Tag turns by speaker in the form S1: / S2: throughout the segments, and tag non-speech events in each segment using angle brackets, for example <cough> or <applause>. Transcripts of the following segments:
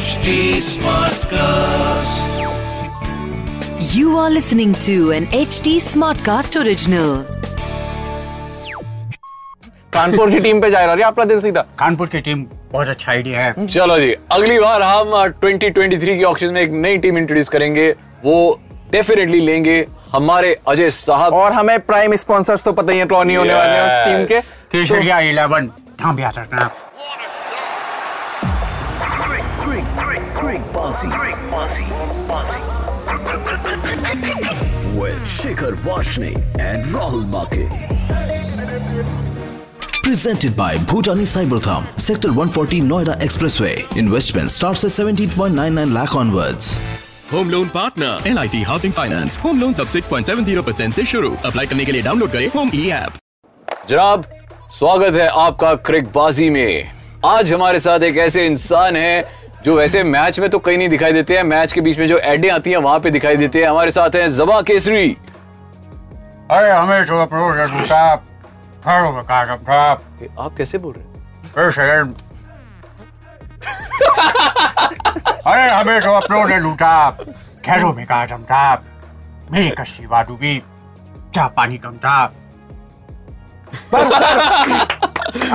S1: HD Smartcast.
S2: You are listening to an HD Smartcast original.
S3: Kanpur की team पे जा रहा है आपका दिल सीधा
S4: कानपुर की टीम बहुत अच्छा आइडिया है
S3: चलो जी अगली बार हम अ, 2023 की ऑक्शन में एक नई टीम इंट्रोड्यूस करेंगे वो डेफिनेटली लेंगे हमारे अजय साहब
S5: और हमें प्राइम स्पॉन्सर्स तो पता ही है ड्रॉ नहीं होने वाले हैं उस टीम के
S4: केसरिया इलेवन यहाँ भी आ सकते हैं आप
S6: with Shikhar Vashne and Rahul Make. Presented by Bhutani Cybertham, Sector 140 Noida Expressway. Investment starts at 17.99 lakh onwards.
S7: Home loan partner L I C housing finance home loan सब six point seven zero percent ऐसी शुरू apply करने के लिए download करें E home E app
S3: जनाब स्वागत है आपका क्रिकबाजी में आज हमारे साथ एक ऐसे इंसान है जो वैसे मैच में तो कहीं नहीं दिखाई देते हैं मैच के बीच में जो एडें आती हैं वहां पे दिखाई देते हैं हमारे साथ हैं जबा केसरी
S4: अरे हमें जो प्रोडक्ट साहब करो बता साहब
S3: आप कैसे बोल रहे हैं
S4: फिर सेकेंड अरे हमें जो प्रोडक्ट लूटा खैरो बेकार जम साहब मेरी कश्ती वादू भी चाह पानी कम था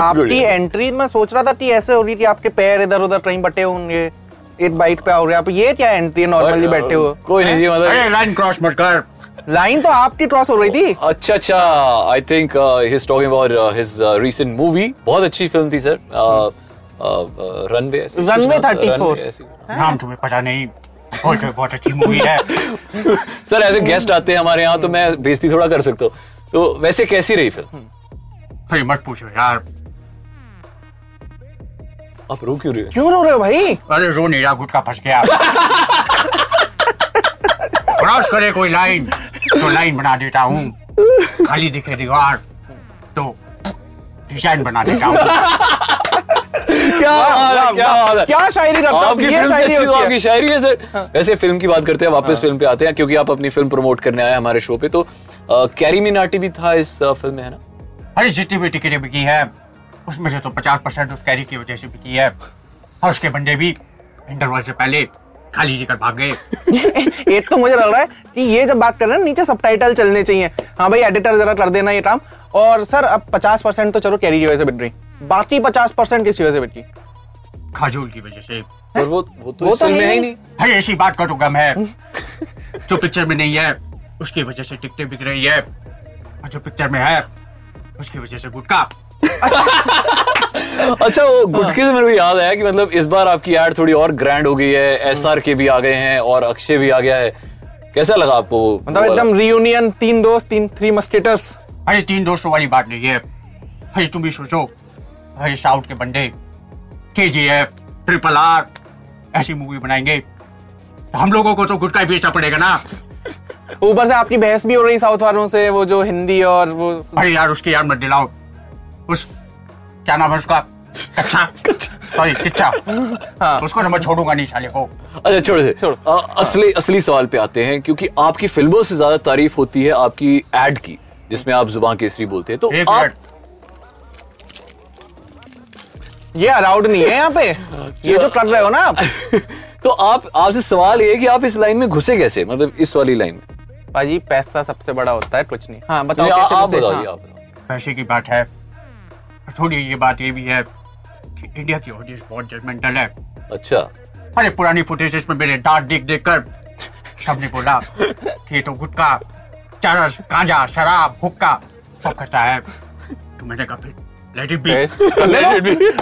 S5: आपकी एंट्री मैं सोच रहा था कि ऐसे हो रही थी आपके पैर इधर उधर कहीं बटे होंगे एक बाइट पे हो रहे आप ये क्या एंट्री नॉर्मली बैठे हो
S3: कोई नहीं जी
S4: अरे
S3: मतलब
S4: लाइन क्रॉस मत कर
S5: लाइन तो आपकी क्रॉस हो रही थी
S3: अच्छा अच्छा uh, I think he's talking about his recent movie uh, बहुत अच्छी फिल्म थी Uh, सर रनवे
S5: Runway 34.
S4: नाम तुम्हें पता नहीं बोलते बहुत अच्छी मूवी है
S3: सर ऐसे गेस्ट आते हैं हमारे यहाँ तो मैं बेइज्जती थोड़ा कर सकता हूँ तो वैसे कैसी रही फिल्म
S4: अरे मत पूछो यार
S3: आप रो क्यों रहे हैं
S5: क्यों रो रहे हो भाई
S4: अरे रो नहीं रहा गुटका फंस गया क्रॉस करे कोई लाइन तो लाइन बना देता हूँ खाली दिखे दीवार तो डिजाइन बना देता हूँ
S3: क्या बात है, क्या बात है।
S5: क्या शायरी करता
S3: आपकी
S5: आपकी
S3: फिल्म
S5: ये शायरी होती है हाँ।
S3: से अच्छी तो आपकी शायरी है सर वैसे फिल्म की बात करते हैं वापस फिल्म पे आते हैं क्योंकि आप अपनी फिल्म प्रमोट करने आए हमारे शो पे तो कैरी मिनाटी भी था इस अ, फिल्म में है ना
S4: अरे जितनी भी टिकटें बिकी है उसमें से तो पचास परसेंट उस कैरी की वजह से बिकी है और उसके बंदे भी इंटरवल से पहले खाली लेकर भाग गए
S5: <laughs> एक तो मुझे लग रहा है कि ये जब बात कर रहे हैं नीचे सब चलने चाहिए हाँ भाई एडिटर जरा कर देना ये काम और सर अब पचास परसेंट तो चलो कैरी की वजह से बिट रही बाकी पचास परसेंट किस वजह से बिट रही
S4: खाजूल की वजह से
S3: और वो वो तो
S5: वो
S3: इस
S5: तो
S3: फिल्म में
S5: है
S3: है ही
S5: ही
S3: नहीं
S4: अरे ऐसी बात का तो गम है जो पिक्चर में नहीं है उसकी वजह से टिकटें बिक रही है और जो पिक्चर में है उसकी वजह से गुटका
S3: अच्छा
S5: हाँ।
S3: वो गुटके से मेरे को याद आया कि मतलब इस बार आपकी एड थोड़ी और ग्रैंड हो गई है एस आर के भी आ गए हैं और अक्षय भी आ गया है कैसा लगा आपको वो-
S5: मतलब
S3: वो वाला?
S5: एकदम रियूनियन तीन दोस्त तीन थ्री मस्केटर्स
S4: अरे तीन दोस्तों वाली बात नहीं है अरे तुम भी सोचो अरे साउथ के बंदे K G F triple R ऐसी मूवी बनाएंगे तो हम लोगों को तो गुटका ही बेचना पड़ेगा ना
S5: ऊपर से आपकी बहस भी हो रही साउथ वालों से वो जो हिंदी और वो
S4: अरे यार उसकी यार मत दिलाओ उस क्या नाम है उसका कच्चा सॉरी किच्चा
S5: हाँ।
S4: उसको तो मैं छोड़ूंगा नहीं साले को
S3: अच्छा छोड़ से अ, असली असली सवाल पे आते हैं क्योंकि आपकी फिल्मों से ज्यादा तारीफ होती है आपकी एड की जिसमें आप जुबान केसरी बोलते हैं तो
S4: एक
S3: आप
S4: मिनट
S5: ये अलाउड नहीं है यहाँ
S3: <laughs>
S5: पे
S3: अच्छा।
S5: ये जो कर रहे हो ना आप
S3: तो आप आपसे सवाल ये है कि आप इस लाइन में घुसे कैसे मतलब इस वाली लाइन में
S5: भाजी पैसा सबसे बड़ा होता है कुछ नहीं हाँ बताओ
S3: नहीं, आ-
S5: तो कैसे
S3: आप
S5: घुसे?
S3: बताइए
S5: हाँ।
S3: आप बताओ।
S4: पैसे की बात है थोड़ी ये बात ये भी है कि इंडिया की ऑडियंस बहुत जजमेंटल है
S3: अच्छा
S4: अरे पुरानी फुटेज में मेरे दांत देख देख कर सबने बोला कि ये तो गुटखा चरस गांजा शराब हुक्का सब करता है तो मैंने कहा फिर लेट इट बी
S3: <laughs>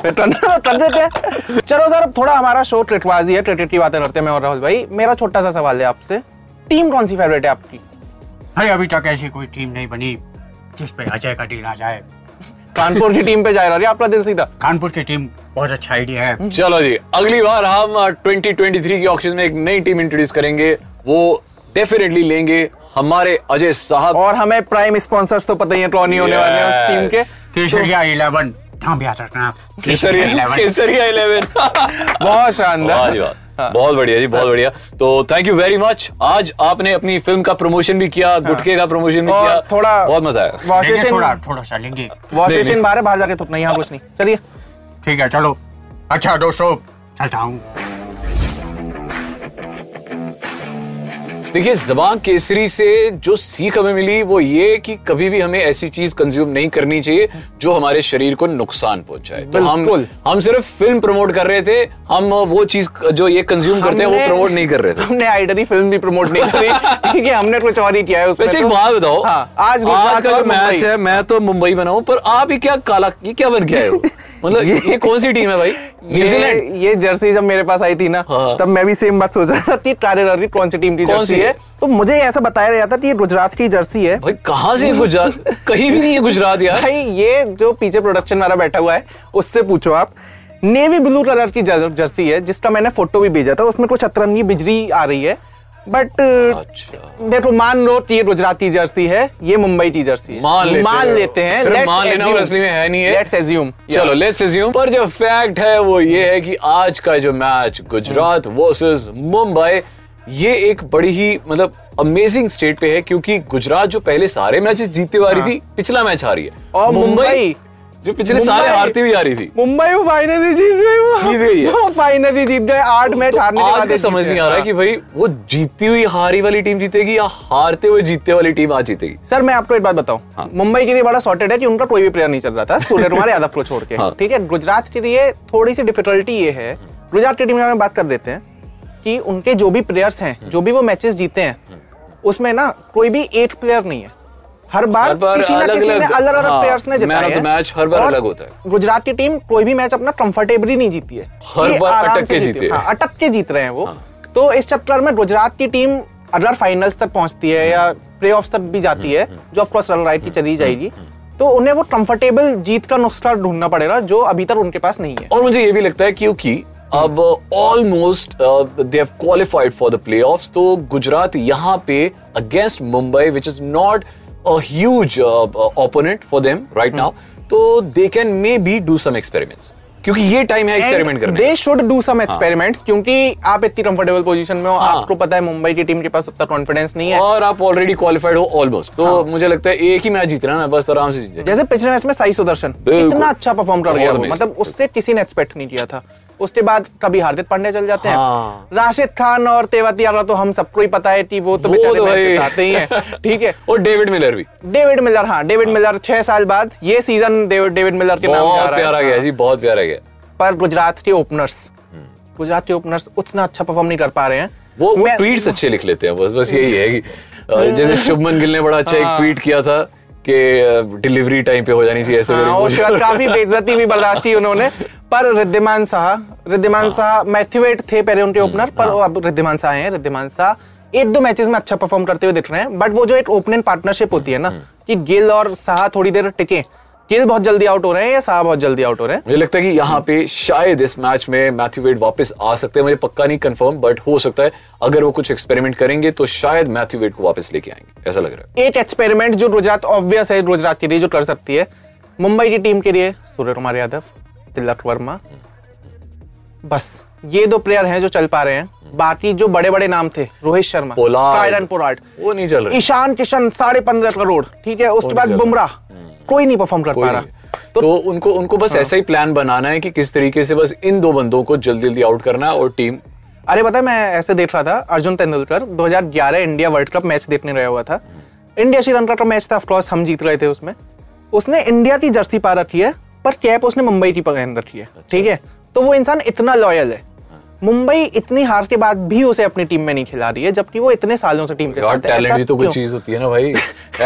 S5: फिर तो ना कर देते हैं। चलो सर अब थोड़ा हमारा शो ट्रिटबाजी है ट्रिटेट की बातें करते हैं मैं और राहुल भाई मेरा छोटा सा सवाल है आपसे टीम कौन सी फेवरेट है आपकी
S4: अरे अभी तक ऐसी कोई टीम नहीं बनी जिस पे अजय का डील आ जाए
S5: कानपुर की टीम पे जा रहा है आपका दिल सीधा
S4: कानपुर की टीम बहुत अच्छा आइडिया है
S3: चलो जी अगली बार हम अ, 2023 की ऑक्शन में एक नई टीम इंट्रोड्यूस करेंगे वो डेफिनेटली लेंगे हमारे अजय साहब
S5: और हमें प्राइम स्पॉन्सर्स तो पता ही है कौन नहीं होने वाले हैं उस टीम के
S4: केसरिया इलेवन यहाँ भी आ सकते हैं आप
S3: केसरिया
S4: 11
S3: केसरिया 11
S5: <laughs> बहुत हाँ।
S3: वाह
S5: शानदार
S3: जी वाह बहुत बढ़िया जी बहुत बढ़िया तो थैंक यू वेरी मच आज आपने अपनी फिल्म का प्रमोशन भी किया गुटके का प्रमोशन भी
S5: हाँ। और
S3: किया
S5: थोड़ा-
S3: बहुत मजा आया
S5: वॉश
S4: लेंगे थोड़ा
S5: स्टेशन
S4: थोड़ा सा लेंगे
S5: वॉश
S3: नहीं, नहीं।
S5: स्टेशन बाहर है, बाहर जाके थुकना यहाँ कुछ नहीं चलिए
S4: ठीक है चलो अच्छा दोस्तों चलता हूँ
S3: देखिए जबान केसरी से जो सीख हमें मिली वो ये कि कभी भी हमें ऐसी चीज कंज्यूम नहीं करनी चाहिए जो हमारे शरीर को नुकसान पहुंचाए तो हम
S5: बिल्कुल।
S3: हम सिर्फ फिल्म प्रमोट कर रहे थे हम वो चीज जो ये कंज्यूम करते हैं वो
S5: हमने-
S3: प्रमोट नहीं कर रहे थे
S5: हमने आइडरी फिल्म भी प्रमोट नहीं
S3: <laughs>
S5: करी क्योंकि हमने कुछ और ही किया है उसमें
S3: वैसे एक
S5: तो।
S3: बात बताओ
S5: हाँ, आज गुजरात
S3: का
S5: और
S3: जो मैच
S5: मुंबई।
S3: है मैं तो मुंबई में हूँ पर आप ये क्या काला ये क्या बन गया है
S5: <laughs>
S3: वो? मतलब ये, कौन सी टीम है भाई न्यूजीलैंड
S5: ये, ये जर्सी जब मेरे पास आई थी ना
S3: हाँ।
S5: तब मैं भी सेम बात सोच रहा था कि ट्रारे ररी कौन सी टीम की
S3: कौन
S5: जर्सी
S3: सी है?
S5: है तो मुझे ऐसा बताया गया था कि ये गुजरात की जर्सी है
S3: भाई कहाँ से गुजरात कहीं भी नहीं है गुजरात यार
S5: भाई ये जो पीछे प्रोडक्शन वाला बैठा हुआ है उससे पूछो आप नेवी ब्लू कलर की जर- जर्सी है जिसका मैंने फोटो भी भेजा था उसमें कुछ अतरंगी बिजली आ रही है बट
S3: अच्छा।
S5: देखो मान लो कि ये गुजराती जर्सी है ये मुंबई की जर्सी है
S3: मान लेते
S5: मान
S3: हो।
S5: लेते हैं
S3: सिर्फ
S5: let's
S3: मान लेना और
S5: assume-
S3: असली में है नहीं है।
S5: let's assume,
S3: चलो
S5: yeah.
S3: लेट्स अज्यूम पर जो फैक्ट है वो ये है कि आज का जो मैच गुजरात वर्सेस मुंबई ये एक बड़ी ही मतलब अमेजिंग स्टेट पे है क्योंकि गुजरात जो पहले सारे मैचेस जीतते हुए आ रही थी पिछला मैच हारी है
S5: हाँ। और मुंबई-
S3: जो पिछले सारे
S5: मुंबई-
S3: हारती हुई आ रही थी
S5: मुंबई वो फाइनली जीत गई वो
S3: जीत गई है।
S5: वो फाइनली जीत गए आठ मैच
S3: तो
S5: हारने के
S3: आज
S5: बाद हाँ।
S3: को
S5: जीत
S3: समझ
S5: गए।
S3: नहीं आ रहा है कि भाई वो जीती हुई हारी वाली टीम जीतेगी या हारते हुए जीतने वाली टीम आज जीतेगी
S5: सर मैं आपको एक बात बताऊं
S3: हाँ।
S5: मुंबई के लिए बड़ा सॉर्टेड है कि उनका कोई भी प्लेयर नहीं चल रहा था सूर्य कुमार यादव को छोड़ के
S3: हाँ।
S5: ठीक है गुजरात के लिए थोड़ी सी डिफिकल्टी ये है गुजरात की टीम में बात कर देते हैं कि उनके जो भी प्लेयर्स हैं
S3: हाँ।
S5: जो भी वो मैचेस जीते हैं उसमें ना कोई भी एक प्लेयर नहीं है हर बार,
S3: हर बार
S5: किसी ना किसी
S3: अलग-अलग-
S5: ने अलग अलग
S3: हाँ,
S5: प्लेयर्स ने
S3: man
S5: जिताया
S3: of the
S5: है।
S3: match हर बार
S5: और
S3: अलग होता है।
S5: गुजरात की टीम कोई भी मैच अपना कंफर्टेबली नहीं जीती है
S3: हर
S5: ये
S3: बार
S5: आराम
S3: अटक
S5: से
S3: के हाँ।
S5: जीती है।
S3: जीती है।
S5: हाँ, अटक के जीत रहे हैं वो तो इस चक्कर में गुजरात की टीम अगर फाइनल्स तक पहुंचती है या प्ले तक भी जाती
S3: हम्म,
S5: है जो ऑफकोर्स रन राइट की चली जाएगी तो उन्हें वो कंफर्टेबल जीत का नुस्खा ढूंढना पड़ेगा जो अभी तक उनके पास नहीं है
S3: और मुझे ये भी लगता है क्योंकि अब uh, almost they have qualified for the playoffs तो गुजरात यहाँ पे against Mumbai which is not a huge opponent for them right now तो they can may be do some experiments क्योंकि ये टाइम है एक्सपेरिमेंट करने का। हाँ।
S5: They should do some experiments क्योंकि आप इतनी कंफर्टेबल पोजीशन में हो आपको पता है मुंबई की टीम के पास उतना कॉन्फिडेंस नहीं है
S3: और आप ऑलरेडी क्वालिफाइड हो ऑलमोस्ट तो
S5: हाँ।
S3: मुझे लगता है एक ही मैच जीतना ना बस आराम से जीत जाए
S5: जैसे पिछले मैच में साई सुदर्शन
S3: बिल्कुल।
S5: इतना अच्छा परफॉर्म कर
S3: बहुत
S5: गया वो,
S3: amazing।
S5: मतलब उससे किसी ने एक्सपेक्ट नहीं किया था उसके बाद कभी हार्दिक पांड्या चल जाते
S3: हाँ।
S5: हैं राशिद खान और तेवती यादव तो हम सबको ही पता है कि वो तो
S3: वो
S5: बेचारे
S3: तो भाई-
S5: मैच जिताते ही
S3: <laughs>
S5: हैं ठीक है
S3: और डेविड मिलर भी
S5: डेविड मिलर हाँ डेविड मिलर छह साल बाद ये सीजन डेविड डेविड मिलर के नाम जा
S3: बहुत
S5: रहा है
S3: प्यारा गया जी बहुत प्यारा गया
S5: पर गुजरात के ओपनर्स गुजरात के ओपनर्स उतना अच्छा परफॉर्म नहीं कर पा रहे हैं
S3: हम्म। वो वो
S5: मैं-
S3: ट्वीट्स अच्छे लिख लेते हैं बस बस यही है कि
S5: <laughs>
S3: अ, जैसे शुभमन गिल ने बड़ा अच्छा
S5: हाँ।
S3: एक ट्वीट किया था कि डिलीवरी टाइम पे हो जानी चाहिए ऐसे
S5: हाँ,
S3: करके
S5: और
S3: कुछ।
S5: उसके बाद काफी बेइज्जती भी बर्दाश्त की उन्होंने पर रिद्धिमान शाह रिद्धिमान शाह मैथ्यूएट थे पहले उनके ओपनर पर वो अब रिद्धिमान शाह हैं रिद्धिमान शाह एक दो मैचेस में अच्छा परफॉर्म करते हुए दिख रहे हैं बट वो जो एक ओपनिंग पार्टनरशिप होती है ना कि गिल और शाह थोड़ी देर टिके गिल बहुत जल्दी आउट हो रहे हैं या शाह बहुत जल्दी आउट हो रहे हैं
S3: <laughs> मुझे लगता है कि यहाँ पे शायद इस मैच में मैथ्यू वेड वापस आ सकते हैं मुझे पक्का नहीं कंफर्म बट हो सकता है अगर वो कुछ एक्सपेरिमेंट करेंगे तो शायद मैथ्यू वेड को वापस लेके आएंगे ऐसा लग रहा है
S5: एक एक्सपेरिमेंट जो गुजरात ऑब्वियस है गुजरात के लिए जो कर सकती है मुंबई की टीम के लिए सूर्य कुमार यादव तिलक वर्मा बस ये दो प्लेयर हैं जो चल पा रहे हैं बाकी जो बड़े बड़े नाम थे रोहित शर्मा
S3: पोलार्ड।
S5: ट्रायडन पोलार्ड
S3: वो नहीं चल रहे।
S5: ईशान किशन साढ़े पंद्रह करोड़ ठीक है उसके बाद
S3: चल रहे।
S5: बुमराह कोई नहीं परफॉर्म कर
S3: कोई
S5: पा
S3: नहीं।
S5: रहा
S3: तो, उनको उनको बस
S5: हाँ।
S3: ऐसा ही प्लान बनाना है कि किस तरीके से बस इन दो बंदों को जल्दी जल्दी आउट करना है और टीम
S5: अरे पता है मैं ऐसे देख रहा था Arjun Tendulkar 2011 India world cup match देखने रहा हुआ था इंडिया श्रीलंका का मैच था ऑफकोर्स हम जीत रहे थे उसमें उसने इंडिया की जर्सी पा रखी है पर कैप उसने मुंबई की पहन रखी है
S3: अच्छा।
S5: ठीक है तो वो इंसान इतना लॉयल है
S3: हाँ।
S5: मुंबई इतनी हार के बाद भी उसे अपनी टीम में नहीं खिला रही है जबकि वो इतने सालों से टीम के
S3: यार
S5: साथ है।
S3: टैलेंट
S5: ऐसा
S3: भी तो कोई
S5: क्यों?
S3: चीज होती है ना
S5: <laughs>
S3: भाई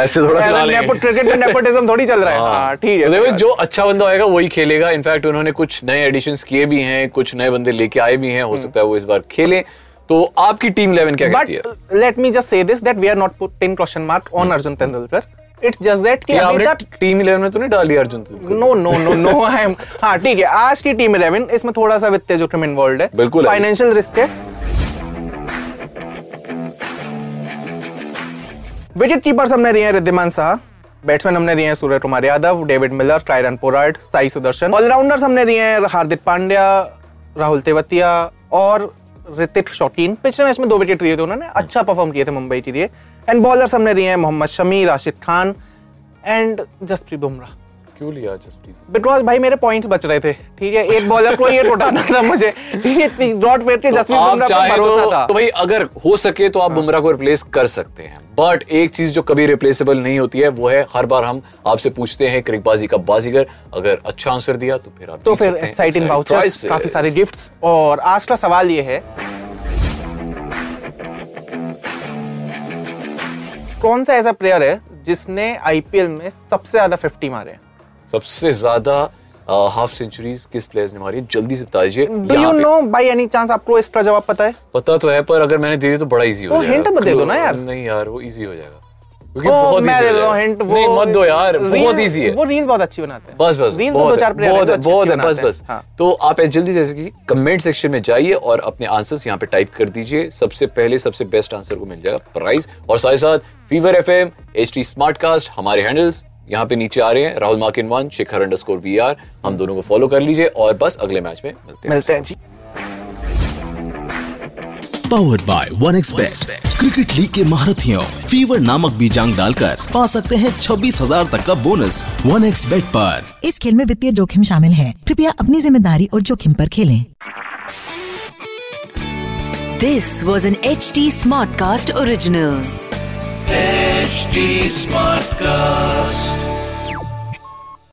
S3: ऐसे थोड़ा खिला
S5: अरे
S3: लेंगे।
S5: नेपो- क्रिकेट में नेपोटिज्म थोड़ी चल रहा है हाँ, ठीक है
S3: तो देखो
S5: सर।
S3: जो अच्छा बंदा होएगा वही खेलेगा इनफैक्ट उन्होंने कुछ नए एडिशंस किए भी हैं कुछ नए बंदे लेके आए भी हैं
S5: हम्म।
S3: हो सकता है वो इस बार खेलें तो आपकी टीम 11 क्या
S5: बट
S3: कहती है
S5: let me just say this that we are not putting question mark on Arjun Tendulkar it's just that कि
S3: ये
S5: अभी
S3: आपने
S5: तक
S3: टीम 11 में तो नहीं डाली अर्जुन को?
S5: No no no
S3: <laughs>
S5: no I am हाँ ठीक है आज की टीम इलेवन इसमें थोड़ा सा वित्तीय जोखिम इन्वॉल्व है
S3: बिल्कुल है।
S5: फाइनेंशियल रिस्क है विकेट कीपर्स हमने लिए हैं रिद्धिमान शाह बैट्समैन हमने लिए हैं सूर्य कुमार यादव डेविड मिलर ट्रायरन पोराट साई सुदर्शन ऑलराउंडर्स हमने लिए हैं हार्दिक पांड्या राहुल तेवतिया और ऋतिक शौकीन पिछले मैच में दो विकेट लिए थे उन्होंने अच्छा परफॉर्म किए थे मुंबई के लिए एंड बॉलर्स हमने लिए हैं मोहम्मद शमी राशिद खान एंड जसप्रीत बुमराह
S3: क्यों लिया जसप्रीत
S5: बिकॉज भाई मेरे पॉइंट्स बच रहे थे ठीक है एक बॉलर को ये उठाना था मुझे ठीक है इतनी डॉट वेट के जसप्रीत
S3: तो आप
S5: बुमराह
S3: चाहे
S5: पर भरोसा था हाँ।
S3: तो, तो भाई अगर हो सके तो आप बुमराह को रिप्लेस कर सकते हैं बट एक चीज जो कभी रिप्लेसेबल नहीं होती है वो है हर बार हम आपसे पूछते हैं क्रिकबाजी का बाजीगर अगर अच्छा आंसर दिया तो फिर आप
S5: तो
S3: जीत
S5: फिर
S3: सकते हैं
S5: एक्साइटिंग
S3: exciting
S5: वाउचर्स
S3: prizes।
S5: काफी सारे गिफ्ट्स और आज का सवाल ये है कौन सा ऐसा प्लेयर है जिसने आईपीएल में सबसे ज्यादा 50 मारे हैं?
S3: सबसे ज्यादा हाफ सेंचुरीज किस प्लेयर्स ने मारी है? जल्दी से बता दीजिए
S5: डू यू
S3: यहाँ पे-
S5: नो बाई एनी चांस आपको इसका जवाब पता है
S3: पता तो है पर अगर मैंने दे दी तो बड़ा इजी हो
S5: तो
S3: जाएगा
S5: hint मत दे दो ना यार।
S3: नहीं यार वो इजी हो जाएगा क्योंकि
S5: ओ,
S3: बहुत
S5: मैं
S3: easy
S5: दे
S3: हो
S5: रहा हूँ
S3: जाएगा।
S5: hint, Oh, वो-
S3: नहीं मत दो यार बहुत
S5: reel-
S3: इजी है
S5: वो रील बहुत अच्छी बनाते हैं
S3: बस बस
S5: रील तो
S3: बहुत
S5: दो
S3: है,
S5: चार प्लेयर
S3: बहुत है, बहुत है, बस बस
S5: हाँ।
S3: तो आप ऐसे जल्दी से ऐसे की कमेंट सेक्शन में जाइए और अपने आंसर्स यहाँ पे टाइप कर दीजिए सबसे पहले सबसे बेस्ट आंसर को मिल जाएगा प्राइस और साथ ही साथ fever F M H T smart cast हमारे हैंडल्स यहाँ पे नीचे आ रहे हैं राहुल मार्किन वन Shikhar under score we are हम दोनों को फॉलो कर लीजिए और बस अगले मैच में मिलते हैं
S5: मिलते हैं जी
S6: powered by one expect cricket league के महारथियों फीवर नामक बीजांग डालकर पा सकते हैं 26,000 तक का बोनस वन एक्सबेट पर
S8: इस खेल में वित्तीय जोखिम शामिल है कृपया अपनी जिम्मेदारी और जोखिम पर खेलें
S2: This was an HD Smartcast original.
S1: HD Smartcast.